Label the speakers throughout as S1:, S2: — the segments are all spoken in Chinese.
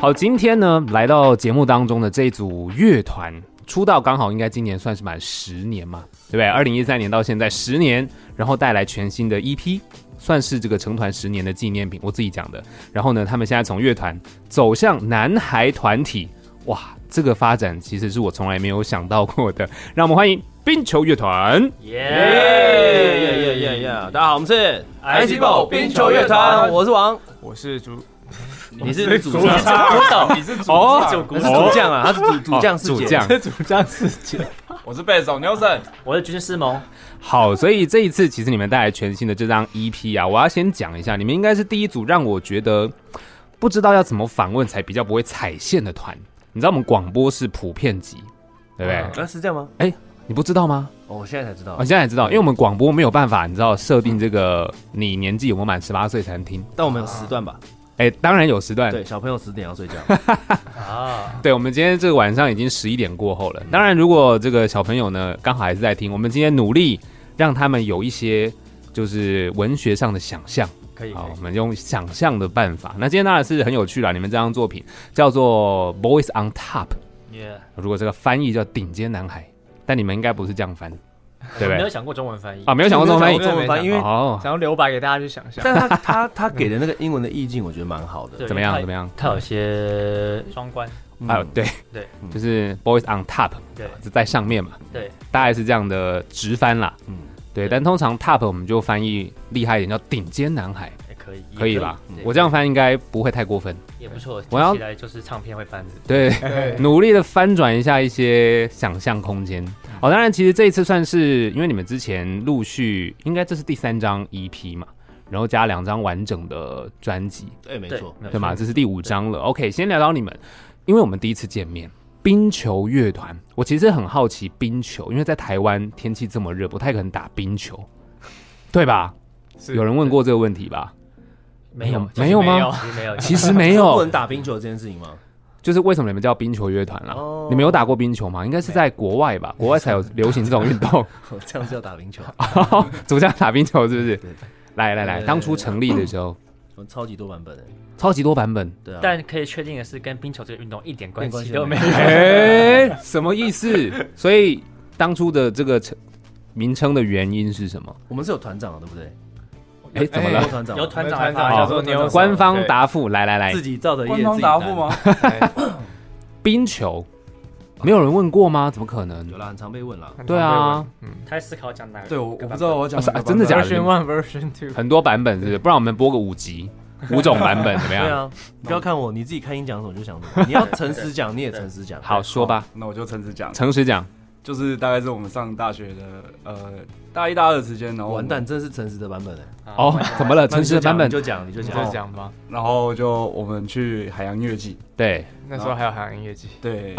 S1: 好，今天呢来到节目当中的这一组乐团出道刚好应该今年算是满十年嘛，对不对？二零一三年到现在十年，然后带来全新的 EP，算是这个成团十年的纪念品，我自己讲的。然后呢，他们现在从乐团走向男孩团体，哇，这个发展其实是我从来没有想到过的。让我们欢迎冰球乐团。
S2: 耶耶耶耶耶！大家好，我们是
S3: IC 宝冰球乐团
S2: 我是王，
S3: 我是 主，
S2: 你是主
S3: 主
S2: 将，
S3: 唱，你是主
S1: 哦
S3: 唱，
S2: 我是主将啊，他是主主将师
S1: 主
S2: 姐，
S1: 将
S2: 主将师姐，
S3: 我是贝斯手 Nelson。
S2: 我是军师萌，
S1: 好，所以这一次其实你们带来全新的这张 EP 啊，我要先讲一下，你们应该是第一组让我觉得不知道要怎么访问才比较不会踩线的团。你知道我们广播是普遍级，对不对？
S2: 啊是这样吗？
S1: 你不知道吗？
S2: 哦，我现在才知
S1: 我、
S2: 道，
S1: 现在才知道，因为我们广播没有办法，你知道设定这个你年纪有没有满十八岁才能听。
S2: 但我们有时段吧？
S1: 哎，当然有时段，
S2: 对，小朋友十点要 睡觉，
S3: 啊，
S1: 对，我们今天这个晚上已经十一点过后了。当然，如果这个小朋友呢刚好还是在听，我们今天努力让他们有一些就是文学上的想象。
S2: 可以
S1: 好，我们用想象的办法。那今天当然是很有趣啦，你们这张作品叫做《Boys on Top》，
S3: 耶，
S1: 如果这个翻译叫“顶尖男孩”，但你们应该不是这样翻，对不
S4: 没有
S1: 对？
S4: 想过中文翻译
S1: 啊，没有想过这么翻译
S2: 我，中文翻译，因为
S1: 哦，
S4: 想要留白给大家去想象。
S2: 但他他他给的那个英文的意境，我觉得蛮好的，
S4: 对
S1: 怎么样？
S4: 太
S1: 怎么样？
S4: 它有些双关，
S2: 嗯
S1: 啊，对
S4: 对，
S1: 就是 Boys on Top，
S4: 对
S1: 是在上面嘛，
S4: 对，
S1: 大概是这样的直翻啦。
S2: 嗯
S1: 对，但通常 Top 我们就翻译厉害一点，叫“顶尖男孩
S4: 也可以”，，
S1: 可以吧？
S4: 对
S1: 我这样翻应该不会太过分。
S4: 也不错。
S1: 我要
S4: 听起来就是唱片会翻的，
S1: 对，努力的翻转一下一些想象空间。好、当然，其实这一次算是因为你们之前陆续，应该这是第三张 EP 嘛，然后加两张完整的专辑，
S2: 对，没
S4: 对
S2: 错，
S4: 没有
S1: 对吗？
S4: 错
S1: 这是第五张了。OK，先聊聊你们，因为我们第一次见面。冰球乐团，我其实很好奇冰球，因为在台湾天气这么热，不太可能打冰球，对吧？
S3: 是
S1: 有人问过这个问题吧？
S4: 没有
S1: 没有吗？
S4: 其实没有，
S1: 其实没
S2: 中国
S1: 有
S2: 人，打冰球这件事情吗？
S1: 就是为什么你们叫冰球乐团啦、
S2: 哦
S1: 你们有打过冰球吗？应该是在国外 吧，国外才有流行这种运动。
S2: 这样子叫打 冰球，
S1: 主将打冰球是不是
S2: 对？
S1: 来来来，
S2: 对
S1: 当初成立的时候，
S2: 我超级多版本的，
S1: 超级多版本。
S2: 对啊，
S4: 但可以确定的是，跟冰球这个运动一点关
S2: 没关
S4: 系
S2: 系
S4: 都没有。
S1: 哎，什么意思？所以当初的这个成名称的原因是什么？
S2: 我们是有团长的，对不对？
S1: 哎，怎么
S3: 哎
S1: 了？
S2: 有团长，
S4: 由团长
S3: 我
S4: 来
S3: 们团
S4: 发
S3: 长
S4: 言
S3: 叫做牛，
S1: 官方答复，来来来
S2: 自，己造的业，
S3: 官方答复吗？
S1: 冰球，没有人问过吗？怎么可能
S2: 自己担？有啦，很常被问啦。
S1: 对啊，
S4: 他在思考讲哪个？
S3: 对，我我不知道我讲
S1: 啊是啊真的假的
S4: Version One、Version Two，
S1: 很多版本是不是？不然我们播个五集，五种版本怎么
S2: 对
S1: 样？
S2: 啊，你不要看我，你自己看音讲什么就讲什么。你要诚实讲，你也诚实讲。
S1: 好，说吧，
S3: 那我就诚实讲，
S1: 诚实讲，
S3: 就是大概是我们上大学的呃大一大二的时间，然后我
S2: 完
S3: 们，
S2: 蛋，真是诚实的版本哎。
S1: 哦，怎么了？诚实的版本
S2: 你，就讲，你就
S4: 你
S2: 讲，
S4: 就
S2: 你就讲。
S4: 讲吧。
S3: 然后就我们去海洋乐季，
S1: 对，
S4: 那时候还有海洋音乐季，
S3: 对，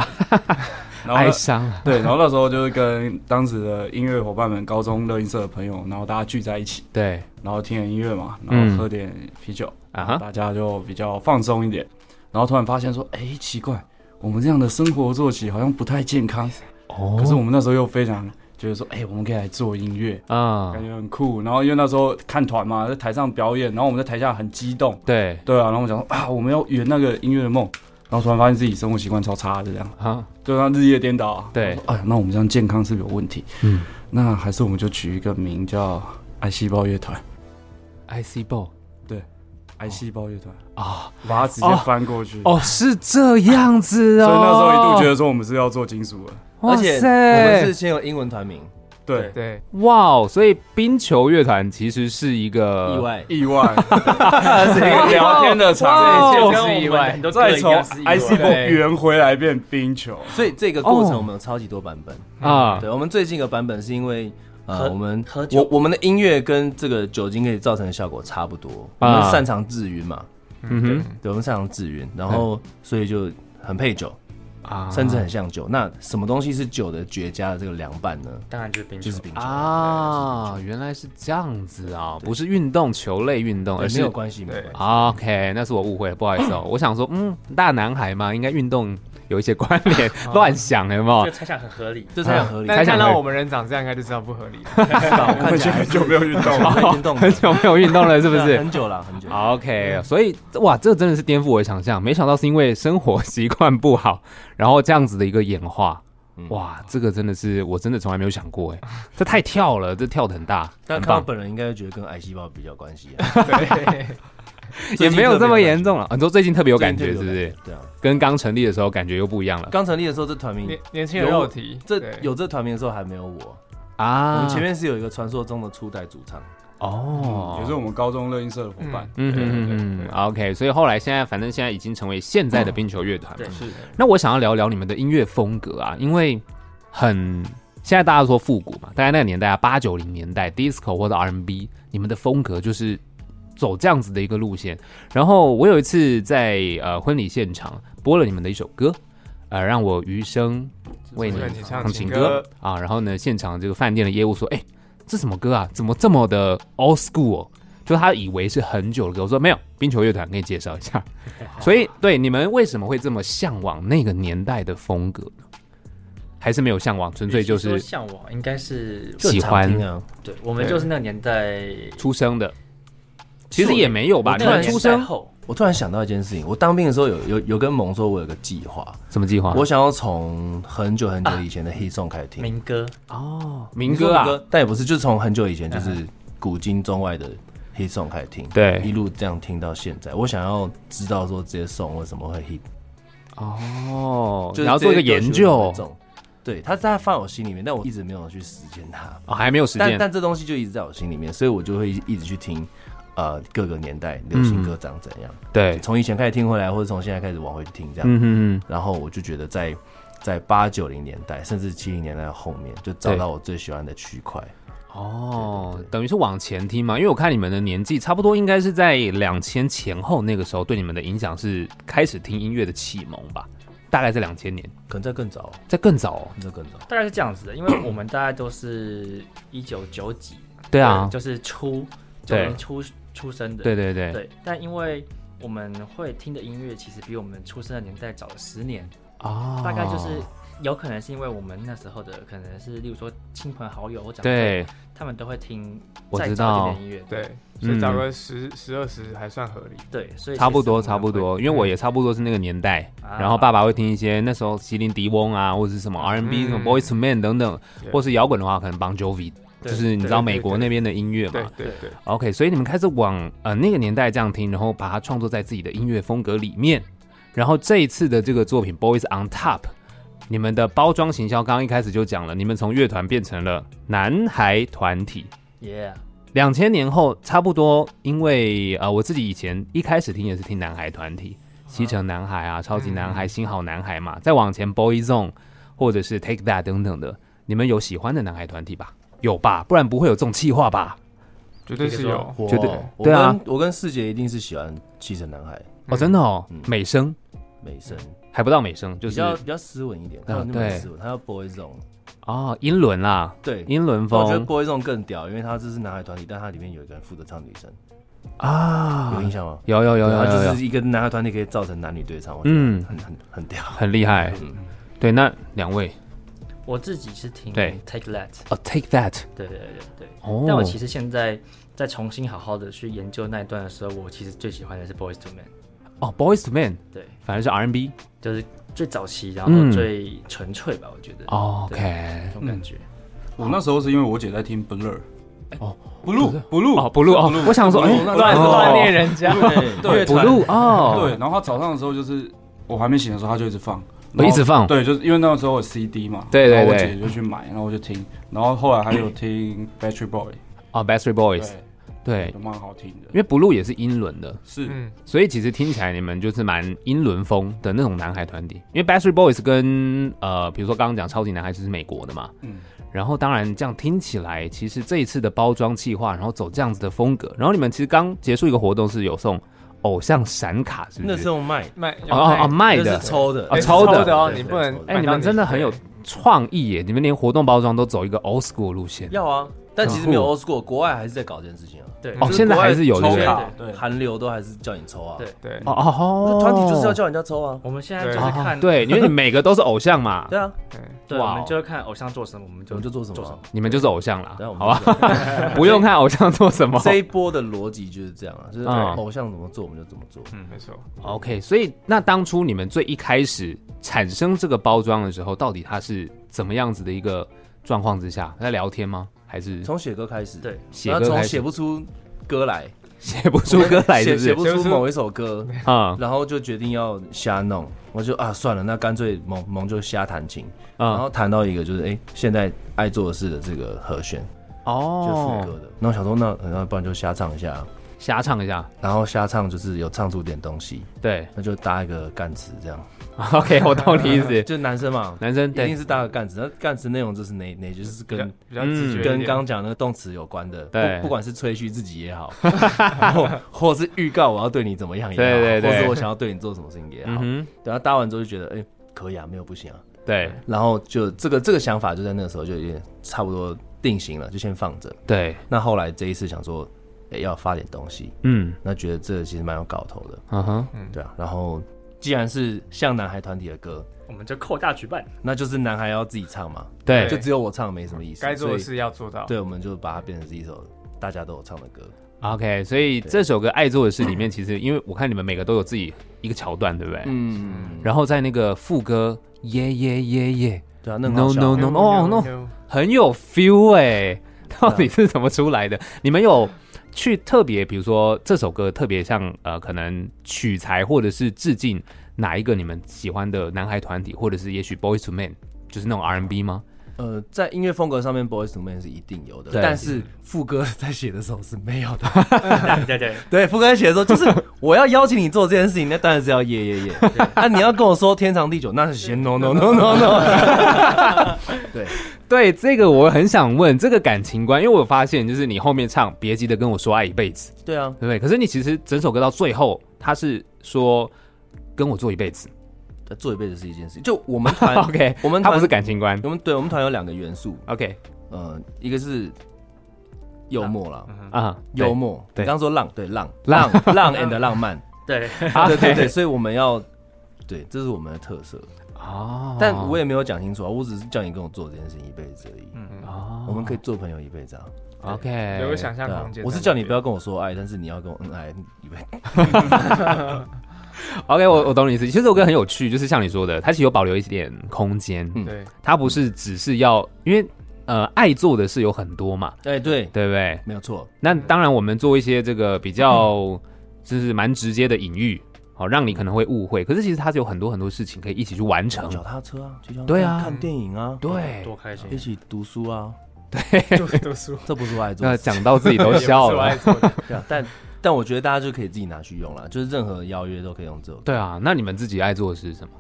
S3: 然后
S1: 哀
S3: 呢
S1: 伤啊，
S3: 对，然后那时候就是跟当时的音乐伙伴们、高中乐音社的朋友，然后大家聚在一起，
S1: 对
S3: 然后听点音乐嘛，然
S1: 嗯
S3: 后喝点啤酒，
S1: 啊哈，
S3: 大家就比较放松一点。然后突然发现说，哎、奇怪，我们这样的生活作息好像不太健康。
S1: 哦
S3: 可是我们那时候又非常觉得说，哎、我们可以来做音乐，
S1: 啊
S3: 感，觉很酷。然后因为那时候看团嘛，在台上表演，然后我们在台下很激动，
S1: 对
S3: 对啊。然后我们讲说啊，我们要圆那个音乐的梦。然后突然发现自己生活习惯超差的这样，
S1: 啊，
S3: 对啊，日夜颠倒啊。
S1: 对
S3: 我说哎呀，那我们这样健康是不是有问题？
S1: 嗯
S3: 那还是我们就取一个名叫爱细胞乐团，
S1: ，IC Ball
S3: 爱细胞乐团，
S1: 啊。
S3: 把它直接
S1: 哦
S3: 翻过去。
S1: 哦，是这样子哦。
S3: 所以那时候一度觉得说我们是要做金属的，
S2: 而
S1: 哇
S2: 且
S1: 塞，
S2: 我们是先有英文团名，
S3: 对，
S4: 对，
S1: 哇哦，所以冰球乐团其实是一个
S2: 意，外。
S3: 意外
S2: 这个
S3: 聊天的场
S1: 哇
S3: 景，
S1: 哦
S4: 跟我们很多歌
S3: 再
S4: 一
S3: 从
S4: 样是意外
S3: IC 波圆回来变冰球，
S2: 所以这个过程
S1: 哦
S2: 我们有超级多版本。
S3: 嗯
S1: 啊，
S2: 对，我们最近一个版本是因为呃，
S4: 喝
S2: 我们
S4: 喝酒
S2: 我我们的音乐跟这个酒精可以造成的效果差不多。我
S1: 啊
S2: 们擅长制晕嘛，
S1: 嗯
S2: 对，我们擅长制晕，然后所以就很配酒，
S1: 哼嗯啊
S2: 甚至很像酒。那什么东西是酒的绝佳的这个凉拌呢？
S4: 当然就是冰
S2: 就
S4: 球
S2: 是。冰酒。
S1: 啊，原来是这样子啊，不是运动球类运动，
S2: 对
S1: 而
S2: 没
S1: 是啊
S2: 有关系，没有关系。
S1: OK，那是我误会了，不好意思哦。我想说，嗯，大男孩嘛，应该运动有一些关 联，
S2: 哦
S1: 乱想有没
S5: 这
S1: 有
S5: 个？猜想很合理。
S2: 这才很合理。
S4: 但
S1: 猜
S4: 是
S1: 想
S4: 看
S1: 合
S4: 到
S1: 理
S4: 我们人长这样，应该就知道不合 理了。
S3: 我已经很久没有运动了。
S2: 快运动了
S1: 很久没有运动了，是不
S2: 对啊
S1: 是？
S2: 很久了，很久。
S1: OK，所以哇，这真的是颠覆我的想象，没想到是因为生活习惯不好， 然后这样子的一个演化，
S2: 嗯
S1: 哇，这个真的是我真的从来没有想过哎， 这太跳了，这跳的很大，
S2: 但
S1: 很
S2: 看到
S1: 棒，
S2: 本人应该会觉得跟癌细胞比较关系啊，
S4: 对，
S1: 也没有这么严重
S2: 了。
S1: 了。很多最近特别有感觉，
S2: 最
S1: 是
S2: 近
S1: 不
S2: 特别有
S1: 是
S2: 感？觉？对啊，
S1: 跟刚成立的时候感觉又不一样了
S2: 刚成立的时候，这团名
S4: 年年轻人肉体，
S2: 这
S4: 对嗯
S2: 有这团名的时候还没有我，我
S1: 啊
S2: 们前面是有一个传说中的初代主唱，
S1: 哦
S3: 也是我们高中乐音社的伙伴。
S1: 嗯
S3: 对
S1: 嗯
S3: 对对
S1: 嗯嗯，OK，所以后来现在反正现在已经成为现
S2: 嗯
S1: 在的冰球乐团嘛
S5: 对，
S3: 是
S1: 那我想要聊聊你们的音乐风格啊，因为很现在大家说复古嘛，大概那个年代啊，八九零年代 disco 或者 R&B，你们的风格就是走这样子的一个路线。然后我有一次在呃婚礼现场播了你们的一首歌，呃，让我余生为你
S4: 为你唱
S1: 唱情
S4: 情
S1: 歌
S4: 歌
S1: 啊。然后呢，现场这个饭店的业务说，哎、这什么歌啊？怎么这么的 old school？、哦、就他以为是很久的歌，我说没有，冰球乐团给你介绍一 下。所以，对你们为什么会这么向往那个年代的风格呢？还是没有向往，纯粹就
S5: 与
S1: 是
S5: 其说向往，应该是
S2: 就很
S1: 喜
S2: 常
S1: 欢
S2: 听啊，
S5: 对，我们就是那个年代，
S1: 出生的。其实也没有吧，
S5: 我
S1: 你
S5: 那个
S1: 们
S5: 年
S1: 出
S5: 代
S1: 生
S5: 后，
S2: 我突然想到一件事情，我当兵的时候有有有跟猛说，我有个计划，
S1: 什么计划？
S2: 我想要从很久很久以前的 hit song 开始听，
S5: 民歌
S1: 哦，民歌啊，，
S2: 但也不是，就是从很久以前就是古今中外的 hit song 开始听，
S1: 对
S2: 一路这样听到现在。我想要知道说这些 song 为什么会 hit，
S1: 哦，
S2: 就是
S1: 你要做一个研究哦
S2: 这些歌曲为什么会，中。对，它它放我心里面，但我一直没有去实践它。
S1: 哦还没有实
S2: 但
S1: 践。
S2: 但这东西就一直在我心里面，所以我就会一直去听，呃，各个年代流行歌长怎样，
S1: 对，
S2: 从以前开始听回来，或者从现在开始往回去听这样。
S1: 嗯哼
S2: 然后我就觉得在在八九零年代，甚至七零年代后面，就找到我最喜欢的区块。
S1: 哼，哦
S2: 对对，对
S1: 等于是往前听嘛，因为我看你们的年纪差不多，应该是在两千前后那个时候，对你们的影响是开始听音乐的启蒙吧，大概在两千年，
S2: 可能在更早，
S1: 在更早哦。
S2: 可能在更早。
S5: 大概是这样子的，因为我们大概都是一九九几，
S1: 对啊，
S5: 就是出九
S1: 对
S5: 零出出生的，
S1: 对对对，
S5: 对，但因为我们会听的音乐其实比我们出生的年代早了十年，
S1: 哦，
S5: 大概就是有可能是因为我们那时候的可能是，例如说亲朋好友或长辈，
S1: 对，
S5: 他们都会听
S1: 我
S5: 再
S1: 知
S5: 早一
S1: 道
S5: 点的，音乐，
S4: 对，
S1: 嗯
S4: 所以找个十十二十还算合理。
S5: 对，所以
S1: 差不多
S5: 其实我
S1: 差
S5: 们
S1: 不
S5: 会
S1: 多，因为我也差不多是那个年代，
S5: 啊
S1: 然后爸爸会听一些那时候席琳迪翁啊，或者是什么 R&B、什么
S5: 嗯
S1: Boys to Men 等等，
S4: 对
S1: 或是摇滚的话，可能 Bon Jovi，就
S5: 对
S1: 是你知道美国那边的音乐
S4: 对
S1: 嘛。
S4: 对对，
S1: OK，所以你们开始往呃那个年代这样听，然后把它创作在自己的音乐风格里面。然后这一次的这个作品《Boys on Top》，你们的包装行销刚刚一开始就讲了，你们从乐团变成了男孩团体。
S5: ，Yeah，
S1: 两千年后，差不多，因为呃，我自己以前一开始听也是听男孩团体，西城男孩啊、超级男孩、
S2: 嗯
S1: 新好男孩嘛，再往前 Boy Zone 或者是 Take That 等等的，你们有喜欢的男孩团体吧？有吧，不然不会有这种气话吧？
S4: 绝对是有。
S2: 我
S1: 绝对
S2: 我
S1: 对啊
S2: 跟我跟世杰一定是喜欢七成男孩
S1: 哦，真的哦
S2: 嗯，
S1: 美声
S2: 美声，
S1: 还不到美声，就
S2: 比
S1: 是啊
S2: 较比较斯文一点，他有那么
S1: 对
S2: 斯文，他要 boy zone，
S1: 哦，英伦啦，
S2: 对。
S1: 英伦
S2: 但我觉得
S1: 风
S2: boy zone 更屌，因为他这是男孩团体，但他里面有一个人负责唱女声，
S1: 啊
S2: 有，印象吗？
S1: 有有有有
S2: 他
S1: 有有
S2: 啊就，是一个男孩团体可以造成男女对唱，我觉得
S1: 嗯，
S2: 很很很屌。
S1: 很厉害。对，那两位
S5: 我自己是听
S1: 对
S5: Take That，
S1: 哦，Take That
S5: 对对对对对。
S1: 哦，
S5: 但我其实现在在重新好好的去研究那一段的时候，我其实最喜欢的是 Boys to Men，
S1: 哦，Boys to Men
S5: 对，
S1: 反而是 R&B
S5: 就是最早期，然
S1: 嗯
S5: 后最纯粹吧，我觉得。
S1: 哦
S5: 对
S1: OK
S5: 那。种感觉。
S3: 我那时候是因为我姐在听 Blur，哎
S1: 哦
S3: ，Blue Blue
S1: 哦，不录哦，我想说，哎，
S4: 乱乱念人家，
S3: 对
S1: 不录哦，
S3: 对，，然后她早上的时候就是我还没醒的时候，她就一直放，
S1: 我哦一直放
S3: 对，就是因为那个时候有 CD 嘛，
S1: 对对
S3: 然后我
S1: 对
S3: 姐姐就去买，然后我就听，然后后来还有听 Battery Boy，
S1: 哦，Backstreet
S3: 对
S1: Boys，，对，
S3: 都蛮好听的
S1: 因，为不录也是英伦的，
S3: 是
S4: 嗯，
S1: 所以其实听起来你们就是蛮英伦风的那种男孩团体。因为 Backstreet Boys 跟呃，比如说刚刚讲超级男孩就是美国的嘛，
S3: 嗯
S1: 然后当然这样听起来，其实这一次的包装计划，然后走这样子的风格，然后你们其实刚结束一个活动是有送偶像闪卡，是不
S2: 那是
S1: 是？
S2: 用卖，
S4: 卖
S1: 哦哦哦，卖
S2: 那
S1: 的
S2: 是，抽的，
S1: 哦
S4: 啊，
S1: 抽
S4: 抽
S1: 的
S4: 的哦，
S2: 对
S4: 你
S2: 对
S4: 不能
S2: 抽的哎
S1: 哎，你们真的很有创意耶！你们连活动包装都走一个 old school 路线，
S2: 要啊，但其实没有 old school，国外还是在搞这件事情啊，
S5: 对
S1: 哦
S2: 就是
S1: 现在还是有
S2: 国外
S1: 对
S2: 抽
S1: 不
S2: 卡
S4: 对对
S2: 韩流都还是叫你抽啊，
S5: 对
S4: 对
S1: 哦，哦，
S2: 团体就是要叫人家抽啊，
S5: 我们现在就是
S1: 哦
S5: 看，
S1: 对，因为你每个都是偶像嘛，
S2: 对啊，
S4: 对，
S5: 对，
S1: 哇哦
S5: 我们就是看偶像做什么，我们
S2: 我
S5: 就
S2: 们就做什么
S5: 做什
S2: 啊
S5: 么。
S1: 你们就是偶像啦
S2: 对啊，我，们
S1: 好吧，
S2: 就做什 么
S1: 不用看偶像做什么。
S2: 这一波的逻辑就是这样啊，就是
S1: 嗯
S2: 偶像怎么做我们就怎么做。
S4: 嗯，没错。
S1: OK，所以那当初你们最一开始产生这个包装的时候，到底它是怎么样子的一个状况之下在聊天吗？还是
S2: 从写歌开始，
S5: 对，
S1: 写
S2: 然后
S1: 歌
S2: 从
S1: 开
S2: 写
S1: 始
S2: 不出歌来，
S1: 写不出歌来，是
S2: 写
S1: 不
S2: 写
S1: 是？
S2: 不出某一首歌，
S1: 嗯
S2: 然后就决定要瞎弄，我就啊算了，那干脆萌萌就瞎弹琴，然
S1: 嗯
S2: 后弹到一个就是哎、现在爱做的事的这个和弦，就副
S1: 哦，
S2: 歌的，然后想说那然后不然就瞎唱一下，啊
S1: 瞎唱一下，
S2: 然后瞎唱就是有唱出点东西，
S1: 对
S2: 那就搭一个干词这样，
S1: ，OK，我懂你意思。
S2: 就是男生嘛，
S1: 男生
S2: 一定
S1: 对
S2: 是搭个干词，那干词内容就是哪哪就是
S4: 比较
S2: 跟。
S4: 比较
S1: 嗯
S4: 直觉一点，
S2: 跟刚刚讲那个动词有关的，
S1: 对
S2: 不不管是吹嘘自己也好， 或或是预告我要对你怎么样也好，
S1: 对对对
S2: 或是我想要对你做什么事情也好，
S1: 嗯哼，
S2: 等他搭完之后就觉得，哎、可以啊，没有不行啊。
S1: 对
S2: 然后就这个这个想法就在那个时候就有点差不多定型了，就先放着。
S1: 对，
S2: 那后来这一次想说，哎、要发点东西，
S1: 嗯
S2: 那觉得这个其实蛮有搞头的，
S1: 嗯哼，
S2: 对啊。然后既然是像男孩团体的歌，
S5: 我们就扣大 举办。
S2: 那就是男孩要自己唱嘛，
S1: 对
S2: 就只有我唱没什么意思，
S4: 该做的
S2: 所以
S4: 事要做到。
S2: 对，我们就把它变成是一首大家都有唱的歌。
S1: OK，所以
S2: 对
S1: 这首歌《爱做的事》里面，其实因为我看你们每个都有自己一个桥段，对不对？
S2: 嗯，
S1: 然后在那个副歌，耶耶耶耶，
S2: 对啊，那很好笑
S1: No,
S2: 啊。
S1: no, no. 哦很有 feel 哎、到底是怎么出来的？你们有去特别，比如说这首歌特别像呃，可能取材或者是致敬哪一个你们喜欢的男孩团体，或者是也许 Boys to Men，就是那种 R&B 吗？
S2: 呃，在音乐风格上面，Boys to Men 是一定有的，
S1: 对
S2: 但是副歌在写的时候是没有的。
S5: 对对对，
S2: 对，副歌写的时候就是我要邀请你做这件事情，那当然是要耶耶耶。啊，你要跟我说天长地 久，那是先 no no no no
S4: 啊
S2: no。
S1: 对，这个我很想问这个感情观，因为我发现就是你后面唱别急着跟我说爱一辈子，
S2: 对啊
S1: 对，不对？可是你其实整首歌到最后，他是说跟我做一辈子
S2: 做一辈子是一件事情。就我们团，
S1: ，OK，
S2: 我们
S1: 他不
S2: 团
S1: 是，感情观
S2: 我们对我们团有两个元素，
S1: ，OK
S2: 呃，一个是幽默啦，
S1: 啊、对
S2: 幽默。
S1: 对
S2: 你刚刚说浪，对浪，
S1: 浪啊
S2: 浪浪 and 浪漫，
S5: 对，
S2: 对对
S1: OK
S2: 对，所以我们要。对，这是我们的特色，
S1: 哦，
S2: 但我也没有讲清楚啊，我只是叫你跟我做这件事情一辈子而
S4: 嗯
S2: 已。
S1: 哦
S2: 我们可以做朋友一辈子啊，
S1: OK，
S4: 有个想象
S2: 对啊
S4: 空间。
S2: 我是叫你不要跟我说爱，但是你要跟我恩爱，一辈子
S1: OK，我我懂你意思。其实这首歌很有趣，就是像你说的，它其实有保留一点空间，
S2: 嗯
S4: 对，
S1: 它不是只是要，因为呃，爱做的事有很多嘛，
S2: 哎，对，
S1: 对不对？
S2: 没有错，
S1: 那当然，我们做一些这个比 较就是蛮直接的隐喻，好、让你可能会误会。可是其实它是有很多很多事情可以一起去完成。
S2: 脚踏车啊，骑脚踏车
S1: 对啊
S2: 看电影啊，
S1: 对，
S5: 多开
S2: 一
S5: 心！
S2: 起读书啊，
S4: 就读书，
S2: 这不是我爱做
S1: 那
S2: 的事，
S1: 呃讲到自己都
S4: 哦
S1: 笑了。
S2: 对啊但但我觉得大家就可以自己拿去用了，就是任何邀约都可以用这种。
S1: 对啊，那你们自己爱做的是什么？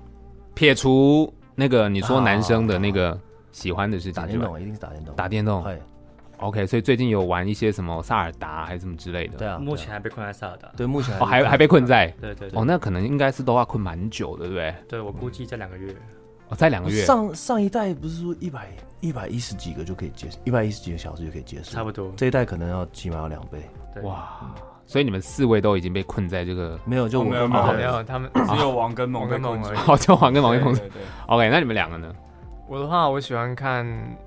S1: 撇除那个你说男生的那个喜欢的事情之外，
S2: 啊打电动一定是打电动，
S1: 打电动。
S2: 哎，
S1: OK，所以最近有玩一些什么萨尔达还是什么之类的。
S2: 对啊，对
S5: 目
S2: 啊
S5: 前还被困在萨尔达。
S2: 对目前
S1: 哦，还还被困在
S5: 对对
S1: 哦，
S5: 对，
S1: 那可能应该是都要困蛮久的，对不对？
S5: 对我估计这两个月，
S1: 哦，再两个月，
S2: 上上一代不是说一百一百一十几个就可以结束，一百一十几个小时就可以结束，
S5: 差不多。
S2: 这一代可能要起码要两倍，
S5: 对，
S1: 哇！所以你们四位都已经被困在这个，
S2: 没有就
S3: 我
S2: 我
S3: 没有
S2: 跟
S3: 没有
S2: 猫
S4: 没有他们
S3: 只有王跟猛被困住
S4: 王跟猛而已
S1: 哦，就黄跟王一鹏。
S3: 对 对对
S1: OK，那你们两个呢？
S4: 我的话，我喜欢看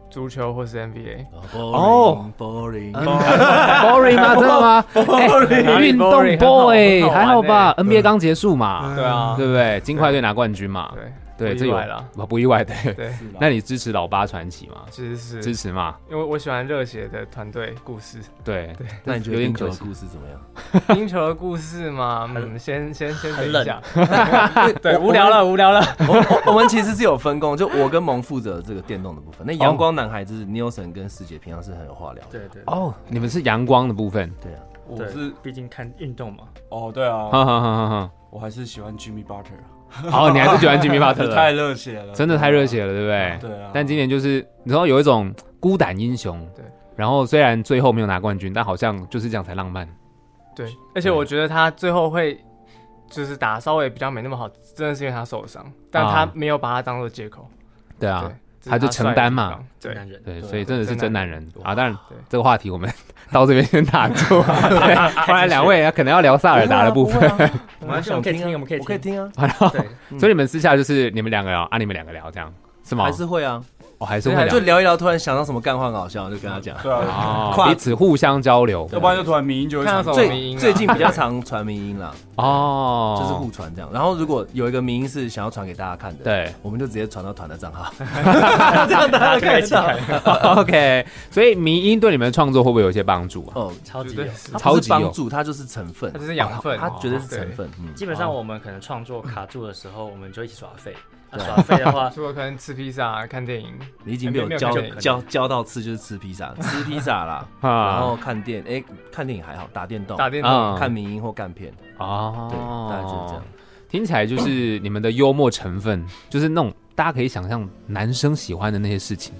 S4: 足球或是 NBA，
S1: 哦
S2: ，boring，boring，
S1: ，boring 吗？真的吗？哎运动
S4: boring，
S1: boy
S4: 很好
S1: 还好吧
S2: 对
S1: ？NBA 刚结束嘛，
S4: 对啊，
S1: 对不对？金块队拿冠军嘛，
S4: 对
S1: 对，
S4: 不
S1: 这
S4: 意
S1: 有啊
S4: 外啦，
S1: 不意外，对。
S4: 对，
S1: 那你支持老八传奇吗？
S4: 其实
S1: 支
S4: 是
S1: 持嘛？
S4: 因为我喜欢热血的团队故事，
S1: 对，
S2: 那你觉得
S1: 有点
S2: 冰球
S1: 可
S2: 的
S1: 惜
S2: 故事怎么样？
S4: 冰球的故事嘛，嗯，先先先等一下，
S2: 对
S4: 对，无聊了，无聊了，
S2: 我我我们其实是有分工，就我跟萌负责这个电动的部分。那阳光男孩就是 Nielsen 跟师姐平常是很有话聊的。
S5: 对对，
S1: 哦，你们是阳光的部分，
S2: 对啊，
S3: 我
S5: 对
S3: 是
S5: 毕竟看运动嘛，
S3: 哦，对啊，
S1: 哈哈哈哈
S3: 我还是喜欢 Jimmy Butler，啊
S1: 哈。好，你还是喜欢 Jimmy
S3: 这
S1: Butler，的
S3: 太热血了，
S1: 真的太热血了，对不对？
S3: 对啊。
S1: 但今年就是你知道有一种孤胆英雄，
S4: 对。
S1: 然后虽然最后没有拿冠军，但好像就是这样才浪漫。
S4: 对，而且我觉得他最后会就是打得稍微比较没那么好，真的是因为他受伤，但他
S1: 啊
S4: 没有把它当做借口。
S1: 对啊，
S4: 对这是
S1: 他就承担嘛
S4: 帅的地方。对，
S5: 男人
S1: 对，
S2: 对啊
S1: 所以真的是真
S4: 真
S1: 男
S4: 男
S1: 人啊！当然
S4: 对，
S1: 这个话题我们 到这边先打住，对不然两位可能要聊萨尔达的部分。
S2: 不会啊，
S5: 我们
S2: 想
S5: 可以听
S2: 啊
S5: 我们可以
S2: 我可以听啊，
S1: 啊然后
S5: 对，
S2: 嗯
S1: 所以你们私下就是你们两个聊啊，你们两个聊这样是吗
S2: 还？是会啊，
S1: 我还是
S4: 对
S1: 会
S4: 啊
S2: 就
S1: 聊
S2: 聊一聊，突然想到什么干话很好笑，就跟他讲。
S3: 对啊，
S1: 哦，
S2: 跨
S1: 彼此互相交流
S3: 要不然就突然民音就会
S4: 看到
S3: 传
S4: 什么迷
S2: 最
S4: 音啊
S2: 最近比较常传民音啦，
S1: 哦，
S2: 就是互传这样。然后如果有一个民音是想要传给大家看的，，
S1: 对
S2: 我们就直接传到团的账号， 这样大家看得到。
S1: ，OK。所以迷音对你们的创作会不会有一些帮助啊？
S2: 哦，
S5: 超级
S4: 绝对
S5: 有
S4: 是
S2: 它
S1: 超
S2: 不
S1: 级
S2: 是
S1: 有
S2: 帮助，它就是成分
S4: 他，只是养分，哦
S2: 它绝对是
S4: 对
S2: 成。分。嗯，
S5: 基本上我们可能创作卡住的时候，我们就一起耍废。那耍废的 话，
S4: 如果可能吃披萨、看电影，
S2: 你已经被我
S4: 没有
S2: 教
S4: 没有
S2: 教教到吃就是吃披 萨，吃披萨啦，然
S1: 啊
S2: 后看电，哎，看电影还好，打电动，
S4: 打电动，
S1: 嗯
S2: 看民音或干片，对，
S1: 哦，
S2: 大概就是这样。。
S1: 听起来就是你们的幽默成分， 就是那种大家可以想象男生喜欢的那些事情，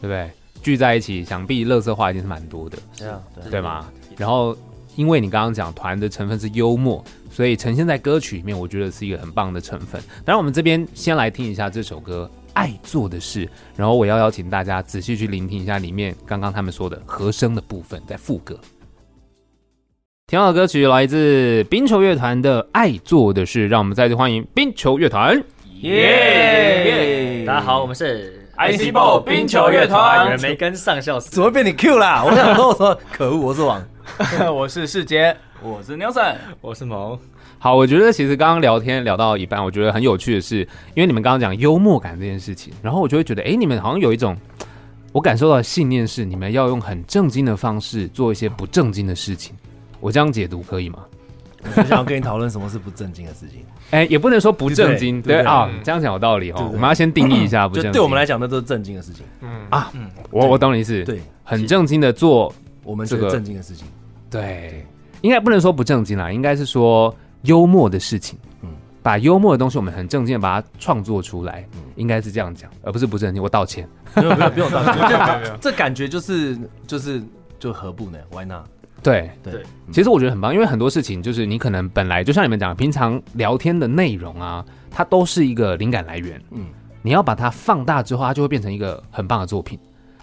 S1: 对不对？聚在一起，想必乐色话一定是蛮多的，
S5: 这样
S2: 对
S1: 对吗？然后，因为你刚刚讲团的成分是幽默，所以呈现在歌曲里面，我觉得是一个很棒的成分。当然，我们这边先来听一下这首歌《爱做的事》，然后我要邀请大家仔细去聆听一下里面刚刚他们说的和声的部分，在副歌。听到的歌曲来自冰球乐团的《爱做的事》，让我们再次欢迎冰球乐团。
S5: 大家好，我们是
S3: IC Ball 冰球乐团
S5: 有人没跟上校死
S2: 怎。么被你 Q 啦？我想说，我说可恶，我是王。
S4: 我是世杰，
S3: 我是 Nelson，
S5: 我是萌，
S1: 好，我觉得其实刚刚聊天聊到一半，我觉得很有趣的是，因为你们刚刚讲幽默感这件事情，然后我就会觉得，哎，你们好像有一种我感受到的信念是，你们要用很正经的方式做一些不正经的事情。我这样解读可以 吗？
S2: 我想要跟你讨论什么是不正经的事情，
S1: 哎，也不能说不正经，
S2: 对
S1: 对
S2: 对
S1: 啊
S4: 对，
S1: 这样讲有道理
S2: 对
S1: 哦
S2: 对。
S1: 我们要先定义一下不
S2: 就
S1: 正经。
S2: 对我们来，讲，那都是正经的事情。
S4: 嗯
S1: 啊我我懂你意思，
S2: 对
S1: 很正经的做，
S2: 我们觉
S1: 这
S2: 得
S1: 个
S2: 正经的事情，
S1: 对，应该不能说不正经啦，应该是说幽默的事情。嗯
S2: 嗯，
S1: 把幽默的东西，我们很正经地把它创作出来，应该是这样讲，而不是不正经。我道歉。
S2: 没有没有不用道
S4: 没有没有没
S2: 歉
S4: 有。
S2: 这感觉就是就是就何不呢？Why not？
S1: 对，
S2: 对
S5: 对，
S1: 其实我觉得很棒，因为很多事情就是你可能本来就像你们讲，平常聊天的内容啊，它都是一个灵感来源。嗯
S2: 嗯，
S1: 你要把它放大之后，它就会变成一个很棒的作品。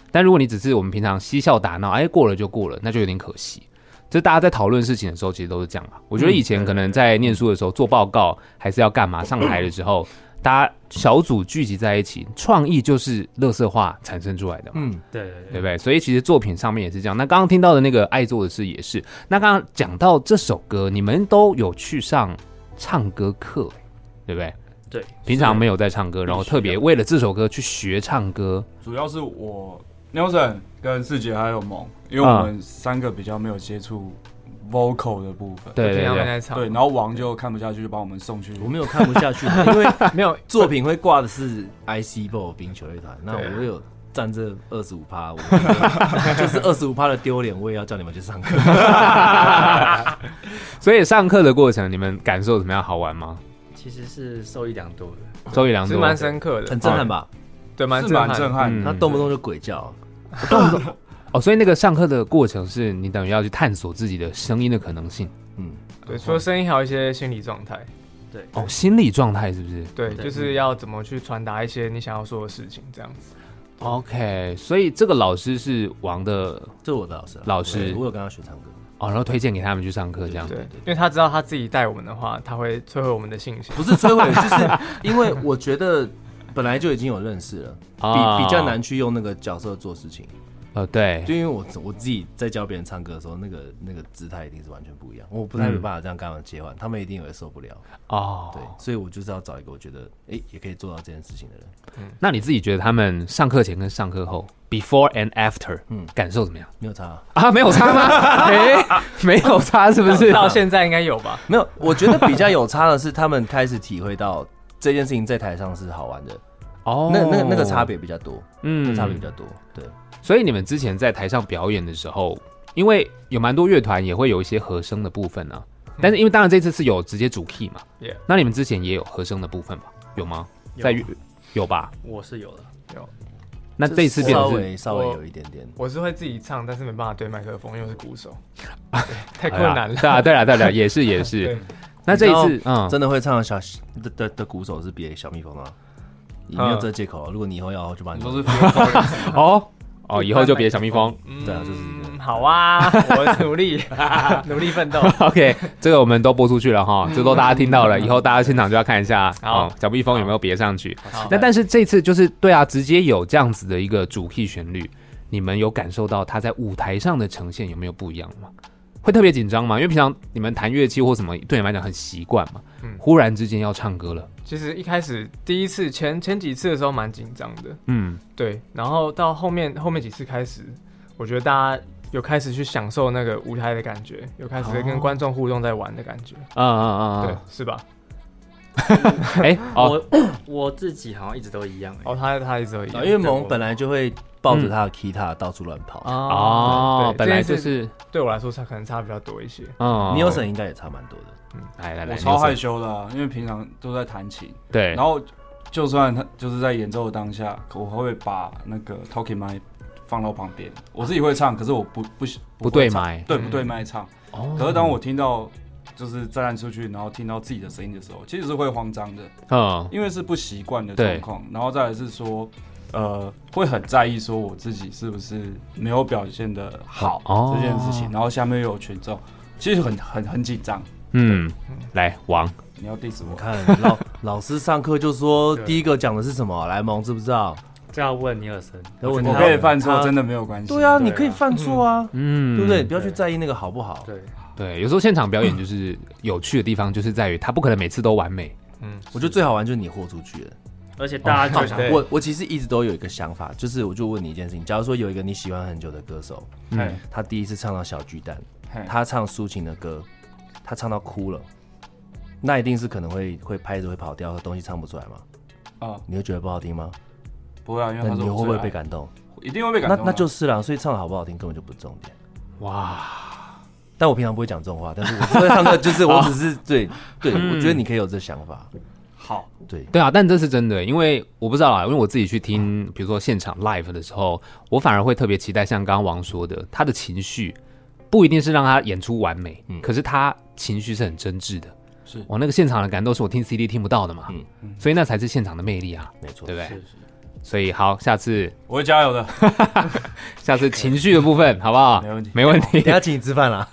S1: 但如果你只是我们平常嬉笑打闹，哎，过了就过了，那就有点可惜。就是大家在讨论事情的时候，其实都是这样啊。我觉得以前可能在念书的时候做报告，还是要干嘛上台的时候，大家小组聚集在一起，创意就是乐色化产生出来的嘛。
S2: 嗯，
S5: 对对对
S1: 对不对？所以其实作品上面也是这样。那刚刚听到的那个《爱做的事》也是。那刚刚讲到这首歌，你们都有去上唱歌课，对不对？
S5: 对，
S1: 平常没有在唱歌，然后特别为了这首歌去学唱歌。
S3: 主要是我 Nelson 跟世杰还有萌，因为
S1: 啊
S3: 我们三个比较没有接触 vocal 的部分，
S1: 对
S4: 听
S1: 对
S4: 他
S1: 对，
S4: 们在唱，
S3: 对，然后王就看不下去，就把我们送去
S2: 我没有看不下去，因为
S4: 没有
S2: 作品会挂的是 IC Ball 冰球乐团，那我有占这二十五趴，我 就是二十五趴的丢脸，我也要叫你们去上课。
S1: 所以上课的过程，你们感受怎么样？好玩吗？
S5: 其实是受益良多的。
S1: 周一良
S4: 是
S1: 多，
S4: 哦蛮深刻的哦
S2: 很，震撼吧？
S4: 对，蛮
S3: 是蛮震
S4: 撼。
S3: 撼
S1: 嗯
S3: 的。
S2: 他动不动就鬼叫，
S1: 哦。所以那个上课的过程是你等于要去探索自己的声音的可能性
S2: 嗯，
S4: 对，除了声音，还有一些心理状态。
S5: 对，
S1: 哦，心理状态是不是
S4: 对，
S5: 对
S4: 就是要怎么去传达一些你想要说的事情，这样子。
S1: ？OK，所以这个老师是王的
S2: 这是我的老师啊，
S1: 老师
S2: 对我有跟他学唱歌，
S1: 哦，然后推荐给他们去上课这样。
S4: 对，因为他知道他自己带我们的话，他会摧毁我们的信心。
S2: 不是摧毁，就是因为我觉得本来就已经有认识了，
S1: 哦
S2: 比比较难去用那个角色做事情，
S1: 呃，对，
S2: 就因为我我自己在教别人唱歌的时候，那个那个姿态一定是完全不一样，我不
S1: 嗯
S2: 太有办法这样跟他们切换，他们一定也会受不了，
S1: 哦，
S2: 对，所以我就是要找一个我觉得哎、诶也可以做到这件事情的人。
S1: 那你自己觉得他们上课前跟上课后，before and after，嗯
S2: 嗯，
S1: 感受怎么样
S2: 没有差啊，
S1: 啊？没有差吗？ 哎、没有差是不是？啊
S4: 到现在应该有吧？
S2: 没有。我觉得比较有差的是，他们开始体会到这件事情在台上是好玩的，
S1: 哦
S2: 那那那个差，别比较多，那
S1: 嗯
S2: 差别比较多。对，
S1: 所以你们之前在台上表演的时候，因为有蛮多乐团也会有一些和声的部分呢、啊，
S2: 嗯
S1: 但是因为当然这次是有直接主 key 嘛
S4: Yeah
S1: 那你们之前也有和声的部分吧？有吗？
S5: 有
S1: 在乐有吧？
S5: 我是有的。
S1: 那这一次变
S2: 稍
S1: 成是
S2: 微稍微
S3: 哦
S2: 有一点点。
S4: 我是会自己唱，但是没办法对麦克风，因为我是鼓手，对
S1: 太
S4: 太困难了。
S1: 对啊，对啊，对啊对啊，也是 也是
S4: 对。
S1: 那这一
S2: 你
S1: 次，嗯，
S2: 真的会唱的小的的的鼓手是别小蜜蜂吗？也没有这个借口啊。如果你以后要，我就把
S3: 你
S2: 你
S3: 说是 feel forward，
S1: 哦哦，以后就别小蜜蜂。
S2: 对啊，就是一个
S4: 嗯好啊，我努力 努力奋斗。
S1: OK，这个我们都播出去了哈，这都大家听到了，以后大家现场就要看一下，
S4: 好
S1: 哦，小蜜蜂有没有别上去。
S4: 好
S1: 那但是这次就是对啊，直接有这样子的一个主 key 旋律，你们有感受到他在舞台上的呈现有没有不一样吗？会特别紧张吗？因为平常你们弹乐器或什么，对你们来讲很习惯嘛
S4: 嗯。
S1: 忽然之间要唱歌了，
S4: 其实一开始第一次前前几次的时候蛮紧张的，
S1: 嗯，
S4: 对，然后到后面后面几次开始，我觉得大家有开始去享受那个舞台的感觉，有开始
S1: 哦
S4: 跟观众互动在玩的感觉，
S1: 啊啊啊
S4: 对
S1: 啊，，
S4: 是吧？
S1: 哎，哦，
S5: 我我 自己好像一直都一样、欸。
S4: 哦，他他一直有一
S2: 啊，
S4: 样
S2: 因为萌本来就会抱
S1: 嗯
S2: 着他的 k 他到处乱跑。
S1: 哦，
S4: 对
S1: 本来
S4: 这件
S1: 就
S4: 事
S1: 是，
S4: 对我来说差可能差比较多一些，
S1: 嗯，
S2: 你有神应该也差蛮多的，
S1: 来来来，
S3: 我超害
S1: 羞，
S3: 羞的啊，因为平常都在弹琴，
S1: 对，
S3: 然后就算他就是在演奏的当下，我会把那个 talking mic 放到旁边，我自己会唱，可是我不不
S1: 不对
S3: 嘛，
S1: 麦，
S3: 对
S4: 嗯
S3: 不对麦唱。
S1: 哦
S3: 可是当我听到就是站出去，然后听到自己的声音的时候，其实是会慌张的，
S1: 嗯
S3: 因为是不习惯的
S1: 对
S3: 状况。然后再来是说，呃，会很在意说我自己是不是没有表现的好、
S1: 哦
S3: 这件事情。然后下面又有群众，其实很很很紧张。
S1: 嗯，来王，
S3: 你要 diss
S2: 我
S3: 我，
S2: 看老老师上课就说第一个讲的是什么，来萌知不知道？
S5: 这要问尼尔森，
S2: 然后我
S3: 我
S2: 他
S3: 可以犯错，
S2: 他
S3: 真的没有关系。
S2: 对啊，
S5: 对啊
S2: 你可以犯错啊，
S1: 嗯，
S2: 对不对？你不要去在意那个好不好？
S5: 对，
S1: 对，有时候现场表演就是有趣的地方，就是在于他不可能每次都完美。
S2: 我觉得最好玩就是你豁出去了。
S5: 而且大家就想、
S2: 我我其实一直都有一个想法，就是我就问你一件事情：假如说有一个你喜欢很久的歌手，
S3: 嘿，
S2: 他第一次唱到小巨蛋，
S3: 嘿
S2: 嗯他唱抒情的歌，他唱到哭了，那一定是可能会会拍着会跑调，东西唱不出来嘛？
S3: 啊，
S2: 你会觉得不好听吗？
S3: 不会啊，因为
S2: 那
S3: 他
S2: 你
S3: 说
S2: 会
S3: 我
S2: 不
S3: 最
S2: 会
S3: 爱
S2: 被，感动？
S3: 一定会被感
S2: 那
S3: 动啊。
S2: 那就是啦，所以唱的好不好听根本就不是重点。
S1: 哇，
S2: 但我平常不会讲这种话，但是我不会唱歌，就是我只是对对，
S1: 嗯
S2: 我觉得你可以有这想法，
S3: 好，
S2: 对，
S1: 对啊，但这是真的，因为我不知道啊，因为我自己去听，比如说现场 live 的时候，我反而会特别期待，像刚刚王说的，他的情绪不一定是让他演出完美，
S2: 嗯
S1: 可是他情绪是很真挚的。
S3: 是
S1: 我那个现场的感动是我听 CD 听不到的嘛，
S2: 嗯
S1: 所以那才是现场的魅力啊，
S2: 没错，
S1: 对不对？
S5: 是是
S1: 所以好，下次
S3: 我会加油的。
S1: 下次情绪的部分好不好？
S3: 没问题
S1: 没问题。
S2: 等一下请你吃饭啦。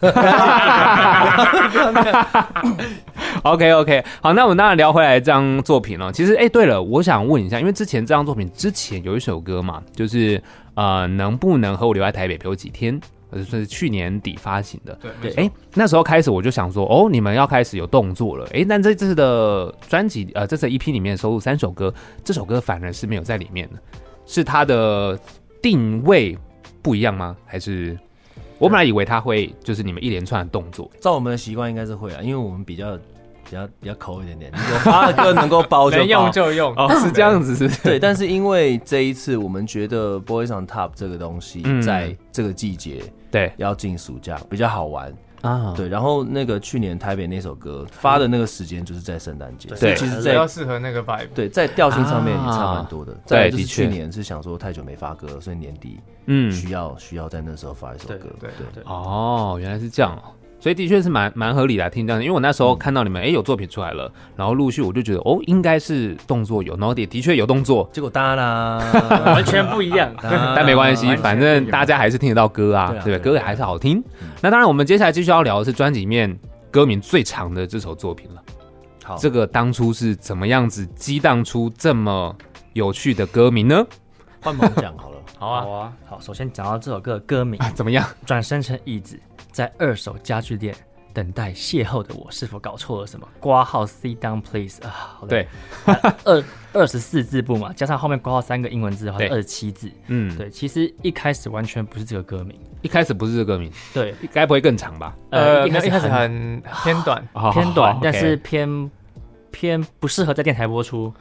S1: OK OK，好，那我们当然聊回来这张作品了。其实，哎、对了，我想问一下，因为之前这张作品之前有一首歌嘛，就是呃，能不能和我留在台北陪我几天？呃，是去年底发行的。
S3: 对，
S1: 哎、那时候开始我就想说，哦，你们要开始有动作了。哎、但这次的专辑，呃，这次的 EP 里面收录三首歌，这首歌反而是没有在里面的，是它的定位不一样吗？还是我本来以为它会就是你们一连串的动作，
S2: 照我们的习惯应该是会啊，因为我们比较比较比较抠一点点，如果发的歌能够包就
S4: 能用
S2: 包。
S4: 就用，
S1: 哦，是 这样子，是不是？
S2: 对，但是因为这一次我们觉得 Boys on Top 这个东西
S1: 嗯
S2: 在这个季节
S1: 对
S2: 要进暑假比较好玩，
S1: 啊，
S2: 对。然后那个去年台北那首歌发的那个时间就是在圣诞节，
S5: 对
S2: 所以其实
S4: 比
S2: 在
S4: 较适合那个 vibe。
S2: 对在调性上面也差蛮啊多的。再来就是
S1: 的确
S2: 去年是想说太久没发歌了，所以年底
S1: 嗯
S2: 需要、需要在那时候发一首歌，
S4: 对
S2: 对
S5: 对
S1: 哦，原来是这样哦，所以的确是蛮蛮合理的啊、听这样，因为我那时候看到你们哎、诶有作品出来了，然后陆续我就觉得哦应该是动作有，然后也的确有动作，
S2: 结果当然，
S5: 完全不一 样。
S1: 但没关系，
S5: 啊完全
S1: 反正大家还是听得到歌啊
S2: 对，啊
S1: 对不对？
S2: 对啊
S1: 歌也还是好听。那当然，我们接下来继续要聊的是专辑里面歌名最长的这首作品了。
S2: 好，
S1: 这个当初是怎么样子激荡出这么有趣的歌名呢？
S2: 换萌讲好 了，
S5: 好啊，好啊。好，首先讲到这首歌的歌名
S1: 啊，怎么样？
S5: 《转身成椅子》，在二手家具店等待邂逅的我，是否搞错了什么？挂号 C down please 啊，好累
S1: 对，
S5: 二二十四字部嘛，加上后面挂号三个英文字的话，
S1: 对
S5: 二十七字。
S1: 嗯，
S5: 对，其实一开始完全不是这个歌名，
S1: 一开始不是这个歌名，
S5: 对，
S1: 该不会更长吧？
S4: 呃，
S5: 一
S4: 没有一开
S5: 开
S4: 始
S5: 很
S4: 很偏短，
S1: 哦
S5: 偏短，但是
S1: OK
S5: 偏偏不适合在电台播出。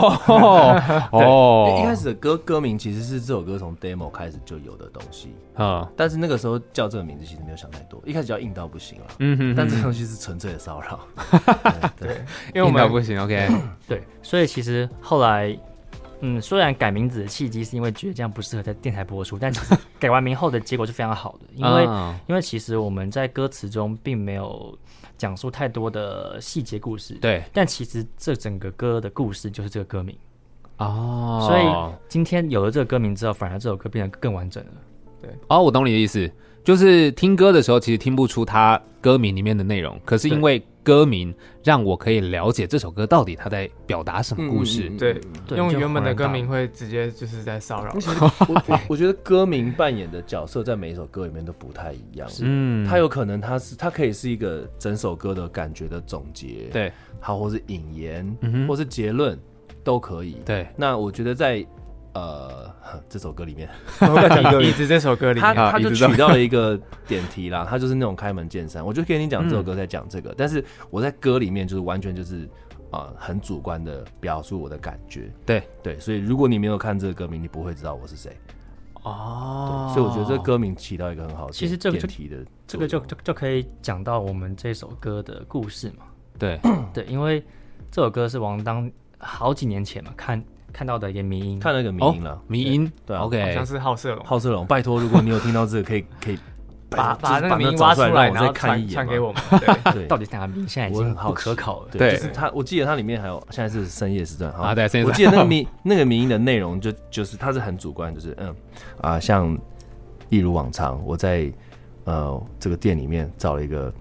S1: 哦 哦
S2: 因为一开始的歌歌名其实是这首歌从 demo 开始就有的东西，
S1: 嗯
S2: 但是那个时候叫这个名字其实没有想太多，一开始叫硬到不行了。
S1: 嗯哼，
S2: 但这东西是纯粹的骚扰，
S4: 因为我
S1: 硬到
S4: 们
S1: 不行，OK，
S5: 对，所以其实后来，嗯，虽然改名字的契机是因为觉得这样不适合在电台播出，但其实 改完名后的结果是非常好的，因为、
S1: 啊
S5: 因为其实我们在歌词中并没有讲述太多的细节故事，，
S1: 对
S5: 但其实这整个歌的故事就是这个歌名，
S1: 哦，
S5: 所以今天有了这个歌名之后，反而这首歌变得更完整了。
S1: 哦，我懂你的意思，就是听歌的时候其实听不出它歌名里面的内容，可是因
S5: 对
S1: 为歌名让我可以了解这首歌到底它在表达什
S2: 嗯
S1: 么故事。
S4: 对，
S5: 对
S4: 用
S5: 就
S4: 原本
S5: 恍
S4: 的
S5: 然
S4: 歌
S5: 大
S4: 名会直接就是在骚扰。
S2: 我我我觉得歌名扮演的角色在每一首歌里面都不太一样，
S1: 嗯
S2: 它有可能它是它可以是一个整首歌的感觉的总结，，
S1: 对
S2: 好，或是引言，
S1: 嗯哼
S2: 或是结论都可以。
S1: 对
S2: 那我觉得在呃呵这首歌里面，
S4: 《椅子》这首歌里
S2: 他
S4: 面，
S1: 啊
S2: 他就
S1: 一直这样
S2: 取到了一个点题啦，他就是那种开门见山，我就跟你讲这首歌在讲这个，但是我在歌里面就是完全就是啊、呃很主观的表述我的感觉，
S1: 对
S2: 对，所以如果你没有看这个歌名，你不会知道我是谁，对
S1: 哦
S2: 所以我觉得这歌名起到一个很好的
S5: 其实这个
S2: 点
S5: 就
S2: 题的作用，
S5: 这个就就就可以讲到我们这首歌的故事嘛。
S1: 对
S5: 对，因为这首歌是王当好几年前嘛看看到的一个迷音，
S2: 看了个迷
S1: 哦
S2: 音了，
S1: 迷音
S2: 对啊
S4: 好
S1: ，OK，
S4: 像是好色龙，哦
S2: 好色龙，拜托，如果你有听到这个，可以 可以
S4: 把
S2: 拜托就是
S4: 那
S2: 把
S4: 个名
S2: 找
S4: 挖
S2: 出
S4: 出
S2: 来，
S4: 来，
S2: 让
S4: 然
S2: 再
S4: 后
S2: 看
S4: 传
S2: 一眼
S4: 传
S2: 嘛
S4: 给我们。 对
S2: 对，
S5: 到底是哪个迷音？现在已
S2: 我很
S5: 经
S2: 好
S5: 不
S2: 奇
S5: 可考了。
S2: 对，
S1: 对
S2: 就是它，我记得它里面还有现在是深夜时段哈
S1: 啊对深夜时
S2: 我
S1: 段
S2: 记得那个名那个名音的内容就就是它是很主观，就是嗯啊，像一如往常，我在呃这个店里面找了一个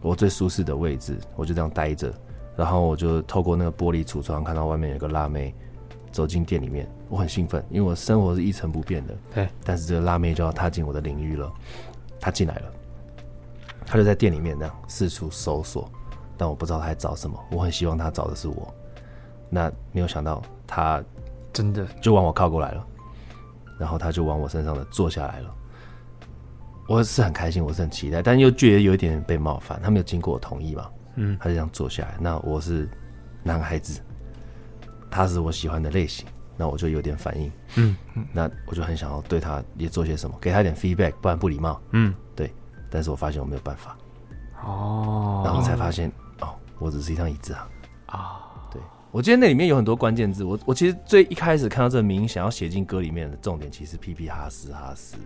S2: 我最舒适的位置，我就这样待着，然后我就透过那个玻璃橱窗看到外面有个辣妹走进店里面，我很兴奋，因为我生活是一成不变的，
S1: 对，
S2: 但是这个辣妹就要踏进我的领域了，她进来了。她就在店里面那样四处搜索，但我不知道他在找什么。我很希望他找的是我，那没有想到他
S5: 真的，
S2: 就往我靠过来了，然后他就往我身上的坐下来了。我是很开心，我是很期待，但又觉得有一点被冒犯。他没有经过我同意嘛，
S1: 嗯，
S2: 他就这样坐下来。那我是男孩子，他是我喜欢的类型，那我就有点反应，
S1: 嗯，
S2: 那我就很想要对他也做些什么，给他一点 feedback，不然不礼貌。
S1: 嗯，
S2: 对，但是我发现我没有办法，
S1: 哦，
S2: 然后才发现哦，我只是一张椅子啊。
S1: 啊，
S2: 我记得那里面有很多关键字，我我其实最一开始看到这个名想要写进歌里面的重点，其实皮皮哈斯哈斯，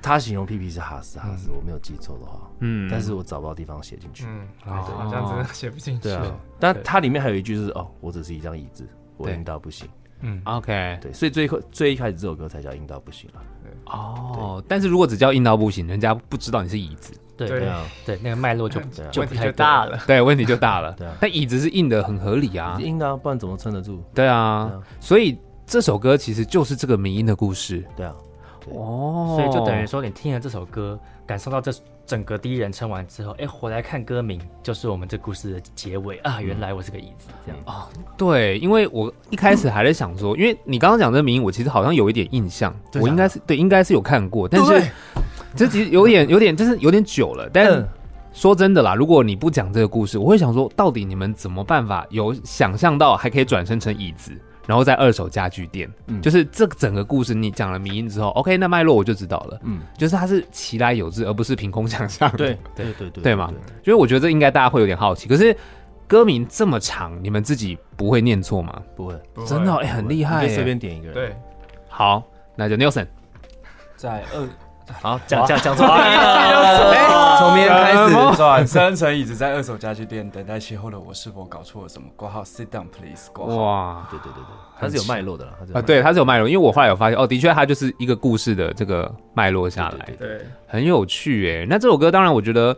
S2: 他形容皮皮是哈斯哈斯，我没有记错的话，
S1: 嗯
S2: 但是我找不到地方写进去。
S4: 嗯，好像真的写不进去。
S2: 哦对啊，但它里面还有一句就是哦，我只是一张椅子，我硬到不行。
S1: OK，
S2: 对，所以最后最一开始这首歌才叫硬到不行了。
S1: 哦，但是如果只叫硬到不行，人家不知道你是椅子，
S5: 对
S4: 对
S5: 对
S2: 啊，
S5: 那个脉络就
S2: 对啊
S5: 就
S4: 问
S5: 不
S4: 题
S5: 太
S4: 就大
S5: 对。
S4: 了。
S1: 对，问题就大了
S2: 对啊。
S1: 但椅子是硬的，很合理啊。
S2: 硬的啊，不然怎么撑得住？
S1: 对啊
S2: 对啊，
S1: 所以这首歌其实就是这个民音的故事
S2: 对啊，对
S1: 哦
S5: 所以就等于说，你听了这首歌，感受到这整个第一人称完之后，哎，回来看歌名，就是我们这故事的结尾啊。原来我是个椅子，这样。
S1: 对，因为我一开始还在想说，因为你刚刚讲这个名，我其实好像有一点印象，
S2: 真
S1: 我
S2: 假
S1: 应
S2: 的
S1: 该是对，应该是有看过，但
S2: 对
S1: 是这其实有点有点，就是有点久了。但
S2: 嗯
S1: 说真的啦，如果你不讲这个故事，我会想说，到底你们怎么办法有想象到还可以转身成椅子，然后在二手家具店，
S2: 嗯
S1: 就是这整个故事你讲了迷因之后，OK，那脉络我就知道了，
S2: 嗯，
S1: 就是它是其来有之，而不是凭空想象。
S2: 对对对对
S1: 对嘛？所以我觉得这应该大家会有点好奇。可是歌名这么长，你们自己不会念错吗？
S2: 不会，
S4: 不会
S1: 真的、哦，哎、很厉害耶、
S2: 你可以随便点一个人。
S4: 对，
S1: 好，那就 Nelson。
S3: 在二
S2: 好，
S5: 嗯
S2: 讲讲讲错了， 哎 从明天开始。
S3: 转身成椅子，在二手家具店等待邂逅的我，是否搞错了什么？挂号 sit down please，挂号。
S1: 哇
S2: 对对对对，它是有脉络的啦，它是
S1: 啊，
S2: 有脉络
S1: 对，它是有脉络，因为我后来有发现，哦，的确，它就是一个故事的这个脉络下来，
S2: 对对
S4: 对，
S1: 很有趣哎。那这首歌当然我觉得，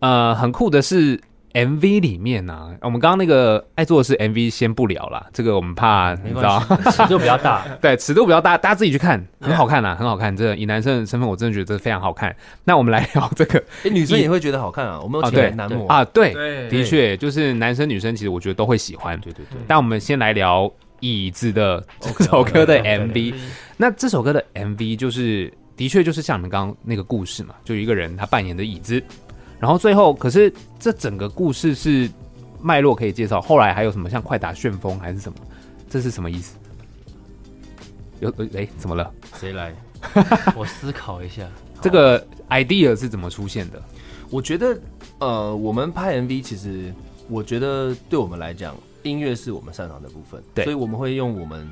S1: 呃，很酷的是 MV 里面啊，我们刚刚那个爱做的是 MV 先不聊啦，这个我们怕你
S2: 嗯没
S1: 知道
S2: 关，系，
S5: 尺度比较大，
S1: 对，尺度比较大，大家自己去看，很好看啦，啊很好看。真的，以男生的身份，我真的觉得这非常好看。那我们来聊这个
S2: 哎，女生也会觉得好看啊，我们有
S1: 啊，
S2: 请
S1: 对
S2: 来男模，
S1: 啊，对，
S4: 对
S1: 的确就是男生女生，其实我觉得都会喜欢。
S2: 对对对，
S1: 但我们先来聊椅子的这首歌的 MV。那这首歌的 MV 就是，的确就是像你们刚刚那个故事嘛，就有一个人他扮演的椅子，然后最后，可是这整个故事是脉络可以介绍，后来还有什么像快打旋风还是什么，这是什么意思？有呃哎、怎么了？
S2: 谁来？
S5: 我思考一下。
S1: 这个 idea 是怎么出现的？
S2: 我觉得，呃，我们拍 MV 其实，我觉得对我们来讲，音乐是我们擅长的部分，
S1: 对
S2: 所以我们会用我们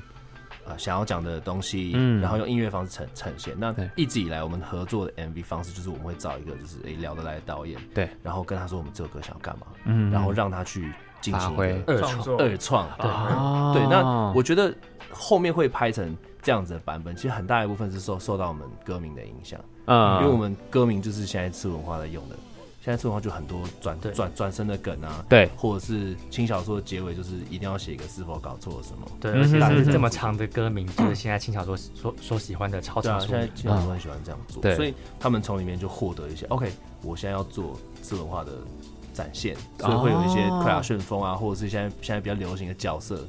S2: 呃想要讲的东西，
S1: 嗯
S2: 然后用音乐方式呈呈现。那
S1: 对
S2: 一直以来我们合作的 MV 方式，就是我们会找一个就是诶、聊得来的导演，
S1: 对，
S2: 然后跟他说我们这首歌想要干嘛，
S1: 嗯
S2: 然后让他去进行一
S1: 发
S2: 个
S1: 挥
S5: 二
S4: 创
S5: 创，
S4: 作
S2: 二哦创。
S5: 对
S1: 啊
S2: 对，那我觉得后面会拍成这样子的版本，其实很大一部分是受受到我们歌名的影响，因
S1: 嗯
S2: 为我们歌名就是现在次文化在用的，现在次文化就很多转
S5: 对
S2: 转转身的梗啊，
S1: 对
S2: 或者是轻小说的结尾就是一定要写一个是否搞错了什么。
S5: 对，
S1: 嗯
S5: 而且
S1: 哼
S5: 是
S1: 哼
S5: 这么长的歌名，就是现在青小说所所喜欢的超
S2: 对
S5: 长
S2: 啊，
S5: 书
S2: 现在
S5: 名。
S2: 轻小说很喜欢这样做，
S1: 嗯对
S2: 所以他们从里面就获得一些 OK，我现在要做次文化的展现，所以会有一些
S1: 哦
S2: 快打旋风啊，或者是现在现在比较流行的角色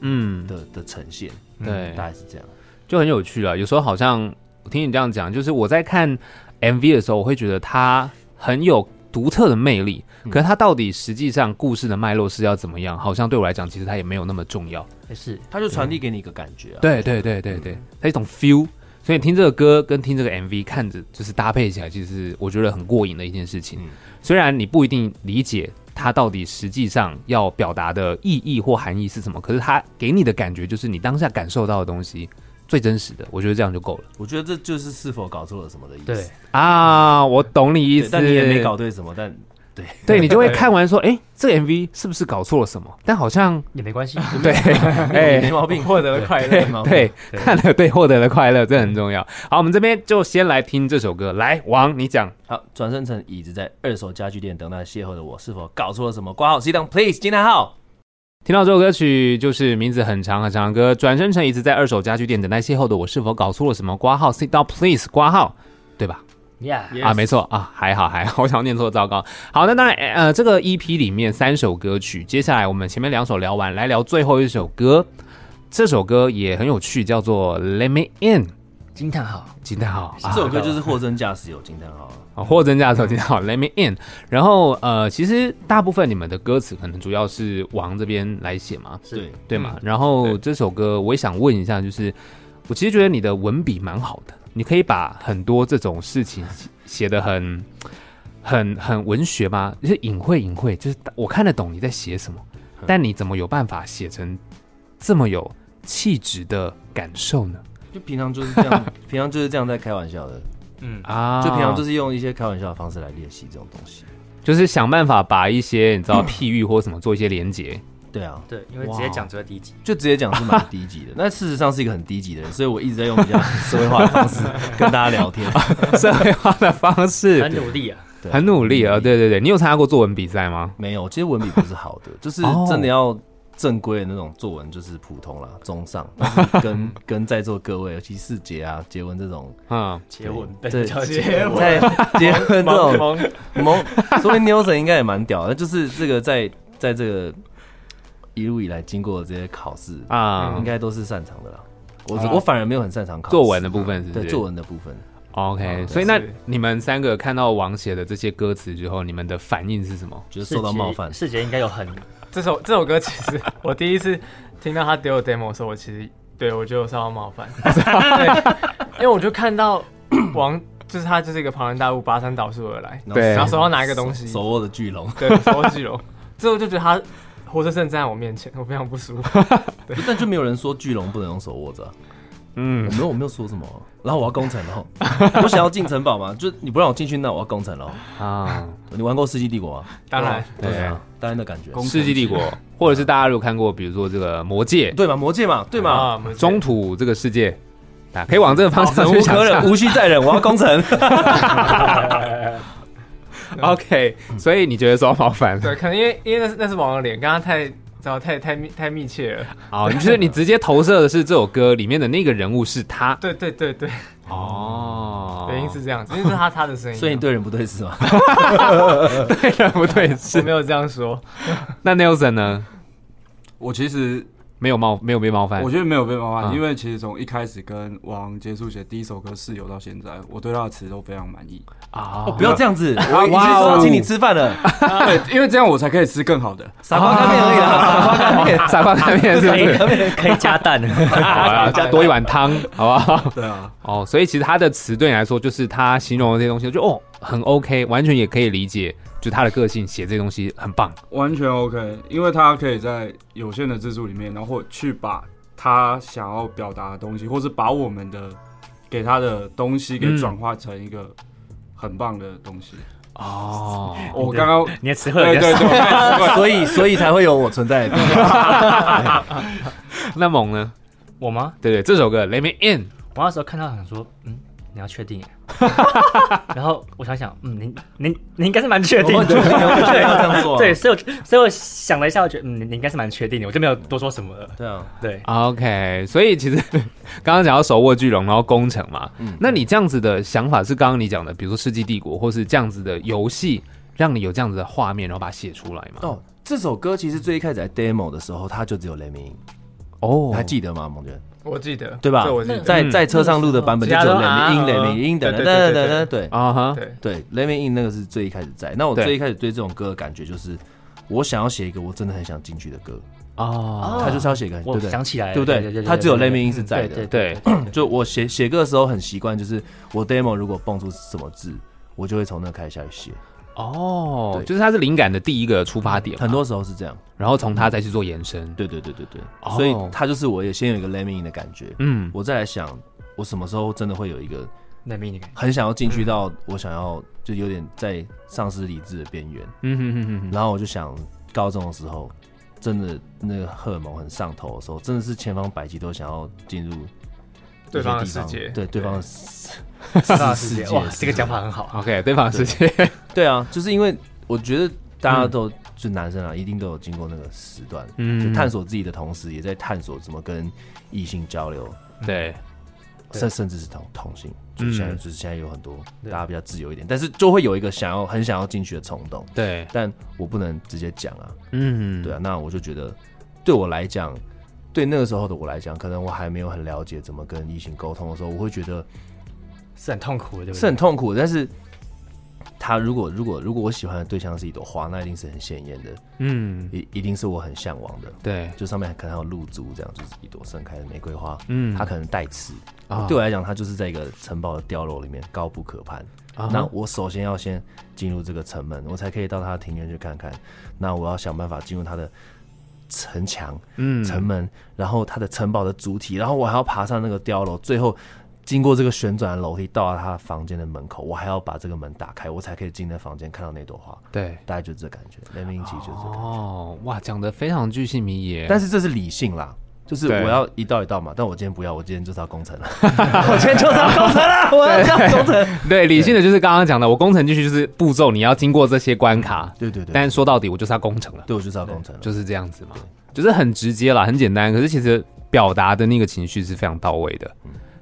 S1: 嗯，
S2: 的的呈现，
S1: 对
S2: 大概是这样。
S1: 就很有趣啊了。有时候好像我听你这样讲，就是我在看 MV 的时候，我会觉得它很有独特的魅力，
S2: 嗯
S1: 可是它到底实际上故事的脉络是要怎么样，好像对我来讲，其实它也没有那么重要。
S5: 也哎是
S2: 他就传递给你一个感觉啊，
S1: 对对对对对，它一种 feel。所以听这个歌跟听这个 MV 看着，就是搭配起来，其实我觉得很过瘾的一件事情。
S2: 嗯
S1: 虽然你不一定理解它到底实际上要表达的意义或含义是什么，可是它给你的感觉就是你当下感受到的东西最真实的，我觉得这样就够了
S2: 我觉得这就是是否搞错了什么的意思。
S5: 对，
S1: 啊！我懂你意
S2: 对
S1: 思，
S2: 但你也没搞，对什么，但
S1: 对你就会看完说，哎、这个 MV 是不是搞错了什么？但好像
S5: 也没 关系。
S1: 对，哎、
S2: 没毛病，
S4: 获得了快
S2: 对，
S4: 乐
S1: 对，
S5: 对
S1: 看了对获得了快乐，这很重要。好，我们这边就先来听这首歌。来，王，你讲。
S2: 好，转身成椅子，在二手家具店等待邂逅的我，是否搞错了什么？挂号 C 档，please，金叹号。
S1: 听到这首歌曲，就是名字很长很长的歌，转身成一直在二手家具店等待邂逅的我，是否搞错了什么？挂号 sit down please，挂号，对吧？
S5: Yeah，
S1: 啊，没错啊，还好还好，我想念错，糟糕。好，那当然，呃，这个 EP 里面三首歌曲，接下来我们前面两首聊完，来聊最后一首歌。这首歌也很有趣，叫做《Let Me In》，
S5: 惊叹号，
S1: 惊叹号啊
S2: 这！首歌就是货真价实有金叹号啊。
S1: 啊，货真价实，今天好，Let me in。然后呃，其实大部分你们的歌词可能主要是王这边来写嘛，
S2: 嗯
S5: 是
S2: 对，
S1: 对嘛？然后这首歌我也想问一下，就是我其实觉得你的文笔蛮好的，你可以把很多这种事情写写得很、很、很文学吗？就是隐晦、隐晦，就是我看得懂你在写什么，
S2: 嗯
S1: 但你怎么有办法写成这么有气质的感受呢？
S2: 就平常就是这样， 平常就是这样在开玩笑的，
S5: 嗯，
S1: 啊
S2: 就平常就是是用一些开玩笑的方式来练习这种东西。
S1: 就是想办法把一些你知 道譬喻或什么做一些连接。
S2: 对啊，
S5: 对，因为直接讲只有第一集。
S2: 就直接讲是蛮低 级的，那事实上是一个很低级的人，所以我一直在用比较社会化的方式跟大家 聊天。
S1: 社会化的方
S5: 很
S1: 式，
S5: 努力啊，
S2: 对
S1: 很努力
S2: 嗯
S1: 啊！对对对，你有参加过作文比赛吗？
S2: 没有，其实文笔不是好的，就是真的要正规的那种作文，就是普通啦，中上，但是跟跟在座各位，尤其是杰啊、杰文这种，
S1: 嗯，
S5: 结吻，
S2: 对
S5: 叫
S4: 结
S5: 吻
S4: 吻
S2: 在杰文这
S4: 萌
S2: 种
S4: 萌
S2: 萌，说明 Nelson 应该也蛮屌的，就是这个在在这个一路以来经过的这些考试
S1: 啊、
S2: 嗯应该都是擅长的啦。我
S1: 啊
S2: 我反而没有很擅长考试
S1: 作文的部分是不是？
S2: 对作文的部分，
S1: OK，、
S2: 嗯
S1: 所以那
S4: 是
S1: 你们三个看到王写的这些歌词之后，你们的反应是什么？
S2: 就是受到冒犯。
S5: 世杰应该有很
S4: 这首这首歌其实我第一次听到他给我 demo 的时候，我其实对我就受到冒 犯，对，因为我就看到 王就是他就是一个庞然大物拔山倒树而来，
S1: 对
S4: 然后手上拿一个东西，
S2: 手握的巨龙，
S4: 对，手握巨龙，之后就觉得他活生生站在我面前，我非常不舒服。
S2: 但就没有人说巨龙不能用手握着啊、
S1: 嗯
S2: 我，没有，我没有说什么。啊然后我要攻城了，我想要进城堡嘛，就你不让我进去，那我要攻城了。
S1: 啊，
S2: 你玩过《世纪帝国》吗？
S4: 当然，
S1: 对啊，
S2: 大概那感觉，
S1: 《 世纪帝国》，或者是大家如果看过，比如说这个《魔戒
S2: 对嘛？魔戒嘛，对嘛？
S4: 啊，我们》
S1: 中土这个世界，啊，可以往这个方向
S2: 忍
S1: 去
S2: 哦无
S1: 想
S2: 可
S1: 象
S2: 忍，无需再忍，我要攻城。
S1: OK，所以你觉得受到冒犯了？
S4: 对，可能因为因为那是那是王的脸，刚刚太。知道太太密太密切了，
S1: 哦，你觉得你直接投射的是这首歌里面的那个人物是他
S4: 对对对对，
S1: 哦，
S4: 原因是这样子，因为是他他的声 音，啊
S2: 所以你对人不对事嘛？
S1: 对人不对
S4: 我
S1: 事
S4: 没。有这样说，
S1: 那 Nelson 呢？
S3: 我其实
S1: 没有冒，没有被冒犯
S3: 我。觉得没有被冒
S1: 嗯
S3: 犯，因为其实从一开始跟王杰书写第一首歌《室友》到现在，我对他的词都非常满意。
S1: 啊
S2: 哦，不要这样子，我已经
S1: 哇
S2: 说
S1: 哦
S2: 要请你吃饭了，
S3: 对，因为这样我才可以吃更好的。
S2: 傻瓜干面而 已啦，傻瓜干面。
S1: 傻瓜看面是不
S5: 可以
S1: 是？
S5: 可以加蛋，
S1: 好 啦，加多一碗汤，好不好？
S3: 对啊，
S1: 哦，所以其实他的词对你来说，就是他形容的这些东西，就哦很 OK，完全也可以理解，就他的个性写这些东西很棒。
S3: 完全 OK，因为他可以在有限的字数里面，然后去把他想要表达的东西，或是把我们的给他的东西给转化成一个很棒的东西。
S1: 哦，
S3: 我刚刚
S5: 你的词汇有
S3: 对
S5: 点
S3: 对对，我
S2: 所以所以才会有我存在的地 方。
S1: 那猛呢？
S5: 我吗？
S1: 对对，这首歌《Let Me In》
S5: 我那时候看到想说，嗯，你要确定 耶？然后我想想，嗯，您您您应该是蛮确定的，
S2: 对，啊要这样做。
S5: 对，所以我所以我想了一下，我觉得嗯，你你应该是蛮确定的，我就没有多说什么了。
S2: 对啊，
S5: 对，
S1: ，OK。所以其实 刚刚讲到手握巨龙，然后攻城嘛，那你这样子的想法是刚刚你讲的，比如说《世纪帝国》或是这样子的游戏，让你有这样子的画面，然后把它写出来嘛？
S2: 哦，这首歌其实最一开始在 demo 的时候，它就只有雷鸣音，
S1: 哦
S2: 你还记得吗，蒙娟？
S4: 我记得，
S2: 对吧
S4: 这我记得，
S2: 在
S1: 嗯
S2: 在车上录的版本就
S4: 其他
S2: 只有
S4: 都
S2: 雷鸣
S4: 啊
S2: 音、雷
S4: 呃
S2: 鸣音等等
S4: 对
S2: 等
S4: 对对对
S2: 等对
S1: 啊哈，
S4: 对，
S2: 对，雷鸣音那个是最一开始在。那我
S1: 对
S2: 最一开始对这种歌的感觉就是，我想要写一个我真的很想进去的歌，
S1: 哦，
S2: 它就是要写一个很对
S5: 我
S2: 不对
S5: 想起来了，
S2: 对不
S5: 对
S2: 对？它只有雷鸣音是在
S5: 对
S2: 的
S5: 对，
S1: 对
S5: 对对
S2: 就我写写歌的时候很习惯，就是我 demo 如果蹦出什么字，我就会从那开始下去写。
S1: 哦，
S2: 对
S1: 就是它是灵感的第一个出发点嘛，
S2: 很多时候是这样，
S1: 然后从它再去做延伸。
S2: 对对对对对，
S1: 哦
S2: 所以它就是我也先有一个 lemming 的感觉，
S1: 嗯，
S2: 我再来想我什么时候真的会有一个
S5: 那命你 看，
S2: 很想要进去到我想要就有点在丧失理智的边缘，
S1: 嗯哼哼哼哼，
S2: 然后我就想高中的时候。真的，那个荷尔蒙很上头的时候，真的是千方百计都想要进入
S4: 对方的
S2: 一些
S4: 世
S2: 地
S4: 界，
S2: 对对方的
S5: 对对
S2: 世界
S5: 哇，
S2: 世
S5: 这个讲法很好，啊
S1: OK，对方的世界，
S2: 对啊，就是因为我觉得大家都、就男生啊，一定都有经过那个时段，
S1: 嗯
S2: 就探索自己的同时，也在探索怎么跟异性交流，
S1: 对，
S5: 对
S2: 甚甚至是同同性。就
S1: 嗯
S2: 现在、就是现在有很多大
S5: 对
S2: 家比较自由一点，但是就会有一个想要很想要进去的冲动，
S1: 对，
S2: 但我不能直接讲啊，
S1: 嗯，
S2: 对啊，那我就觉得对我来讲，对那个时候的我来讲，可能我还没有很了解怎么跟异性沟通的时候，我会觉得
S5: 是很痛苦的，对不
S2: 是很
S5: 对？
S2: 痛苦的，但是他如果如果如果我喜欢的对象是一朵花，那一定是很鲜艳的，
S1: 嗯，
S2: 一一定是我很向往的。
S1: 对，
S2: 就上面可能还有露珠，这样就是一朵盛开的玫瑰花，
S1: 嗯
S2: 它可能带刺。
S1: 啊
S2: 对我来讲，它就是在一个城堡的碉楼里面高不可攀。
S1: 啊
S2: 那我首先要先进入这个城门，我才可以到它的庭院去看看。那我要想办法进入它的城墙、
S1: 嗯
S2: 城门，然后它的城堡的主体，然后我还要爬上那个碉楼，最后。经过这个旋转的楼梯，到达他的房间的门口，我还要把这个门打开，我才可以进那房间看到那朵花。
S1: 对，
S2: 大概就这感觉，雷鸣其实就是这感觉。
S1: 哦，哇，讲的非常具细迷耶，
S2: 但
S1: 是
S2: 是这是理性啦，就是
S1: 对
S2: 我要一道一道嘛。但我今天不要，我今天就是要工 程了， 我今天就是要工程了，我要这样工程。
S1: 对理性的就是刚刚讲的，我工程进去就是步骤，你要经过这些关卡，
S2: 对对对，
S1: 但说到底我就是要工程了，
S2: 对我就是要工程了，
S1: 就是这样子嘛，就是很直接啦，很简单，可是其实表达的那个情绪是非常到位的。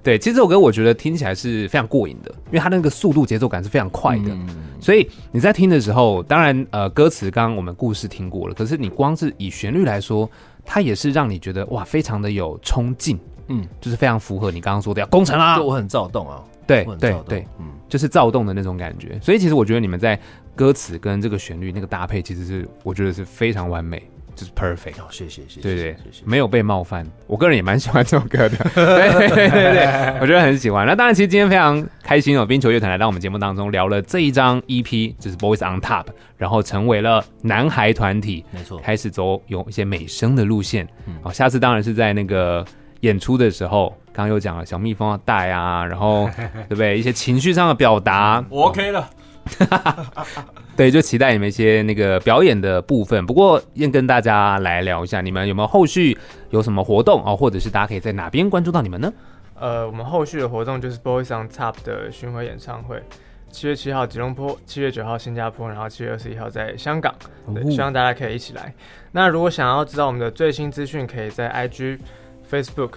S1: 对，其实这首歌我觉得听起来是非常过瘾的，因为它那个速度节奏感是非常快的，
S2: 嗯
S1: 所以你在听的时候，当然呃歌词刚刚我们故事听过了，可是你光是以旋律来说，它也是让你觉得哇非常的有冲劲，
S2: 嗯，
S1: 就是非常符合你刚刚说的要攻城啦
S2: 就，我很躁动啊，
S1: 对
S2: 我很
S1: 对
S2: 躁
S1: 对
S2: 动，，嗯，
S1: 就是躁动的那种感觉。所以其实我觉得你们在歌词跟这个旋律那个搭配，其实是我觉得是非常完美，就是 perfect。
S2: 哎好，谢谢谢谢，
S1: 对对
S2: 谢谢，，
S1: 没有被冒犯。我个人也蛮喜欢这首 歌的，对对对对， 我觉得很喜欢。那当然，其实今天非常开心哦，冰球乐团来到我们节目当中聊了这一张 EP，就是 Boys on Top，然后成为了男孩团体，
S2: 没错，
S1: 开始走有一些美声的路线。好、下次当然是在那个演出的时候，刚刚有讲了小蜜蜂要带啊，然 后对不对？一些情绪上的表达，
S3: 我 OK 了，
S1: 对，就期待你们一些那个表演的部分。不过，先跟大家来聊一下，你们有没有后续有什么活动哦，或者是大家可以在哪边关注到你们呢？
S4: 呃，我们后续的活动就是 Boys on Top 的巡回演唱会，七月七号吉隆坡，七月九号新加坡，然后七月二十一号在香港。
S1: 哦
S4: 对，希望大家可以一起来。那如果想要知道我们的最新资讯，可以在 IG、Facebook、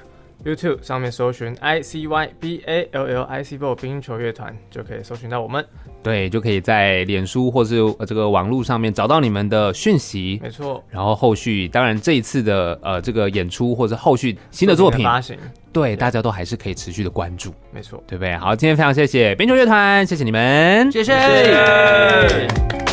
S4: YouTube 上面搜寻 I C Y B A L L I C B O 冰球乐团，就可以搜寻到我们。
S1: 对，就可以在脸书或是呃这个网络上面找到你们的讯息。
S4: 没错，
S1: 然后后续，当然这一次的呃这个演出或者后续新的作品，
S4: 发行，
S1: 对大家都还是可以持续的关注，
S4: 没错。
S1: 对不对？好，今天非常谢谢冰球乐团，谢谢你们，
S2: 谢谢。
S4: 耶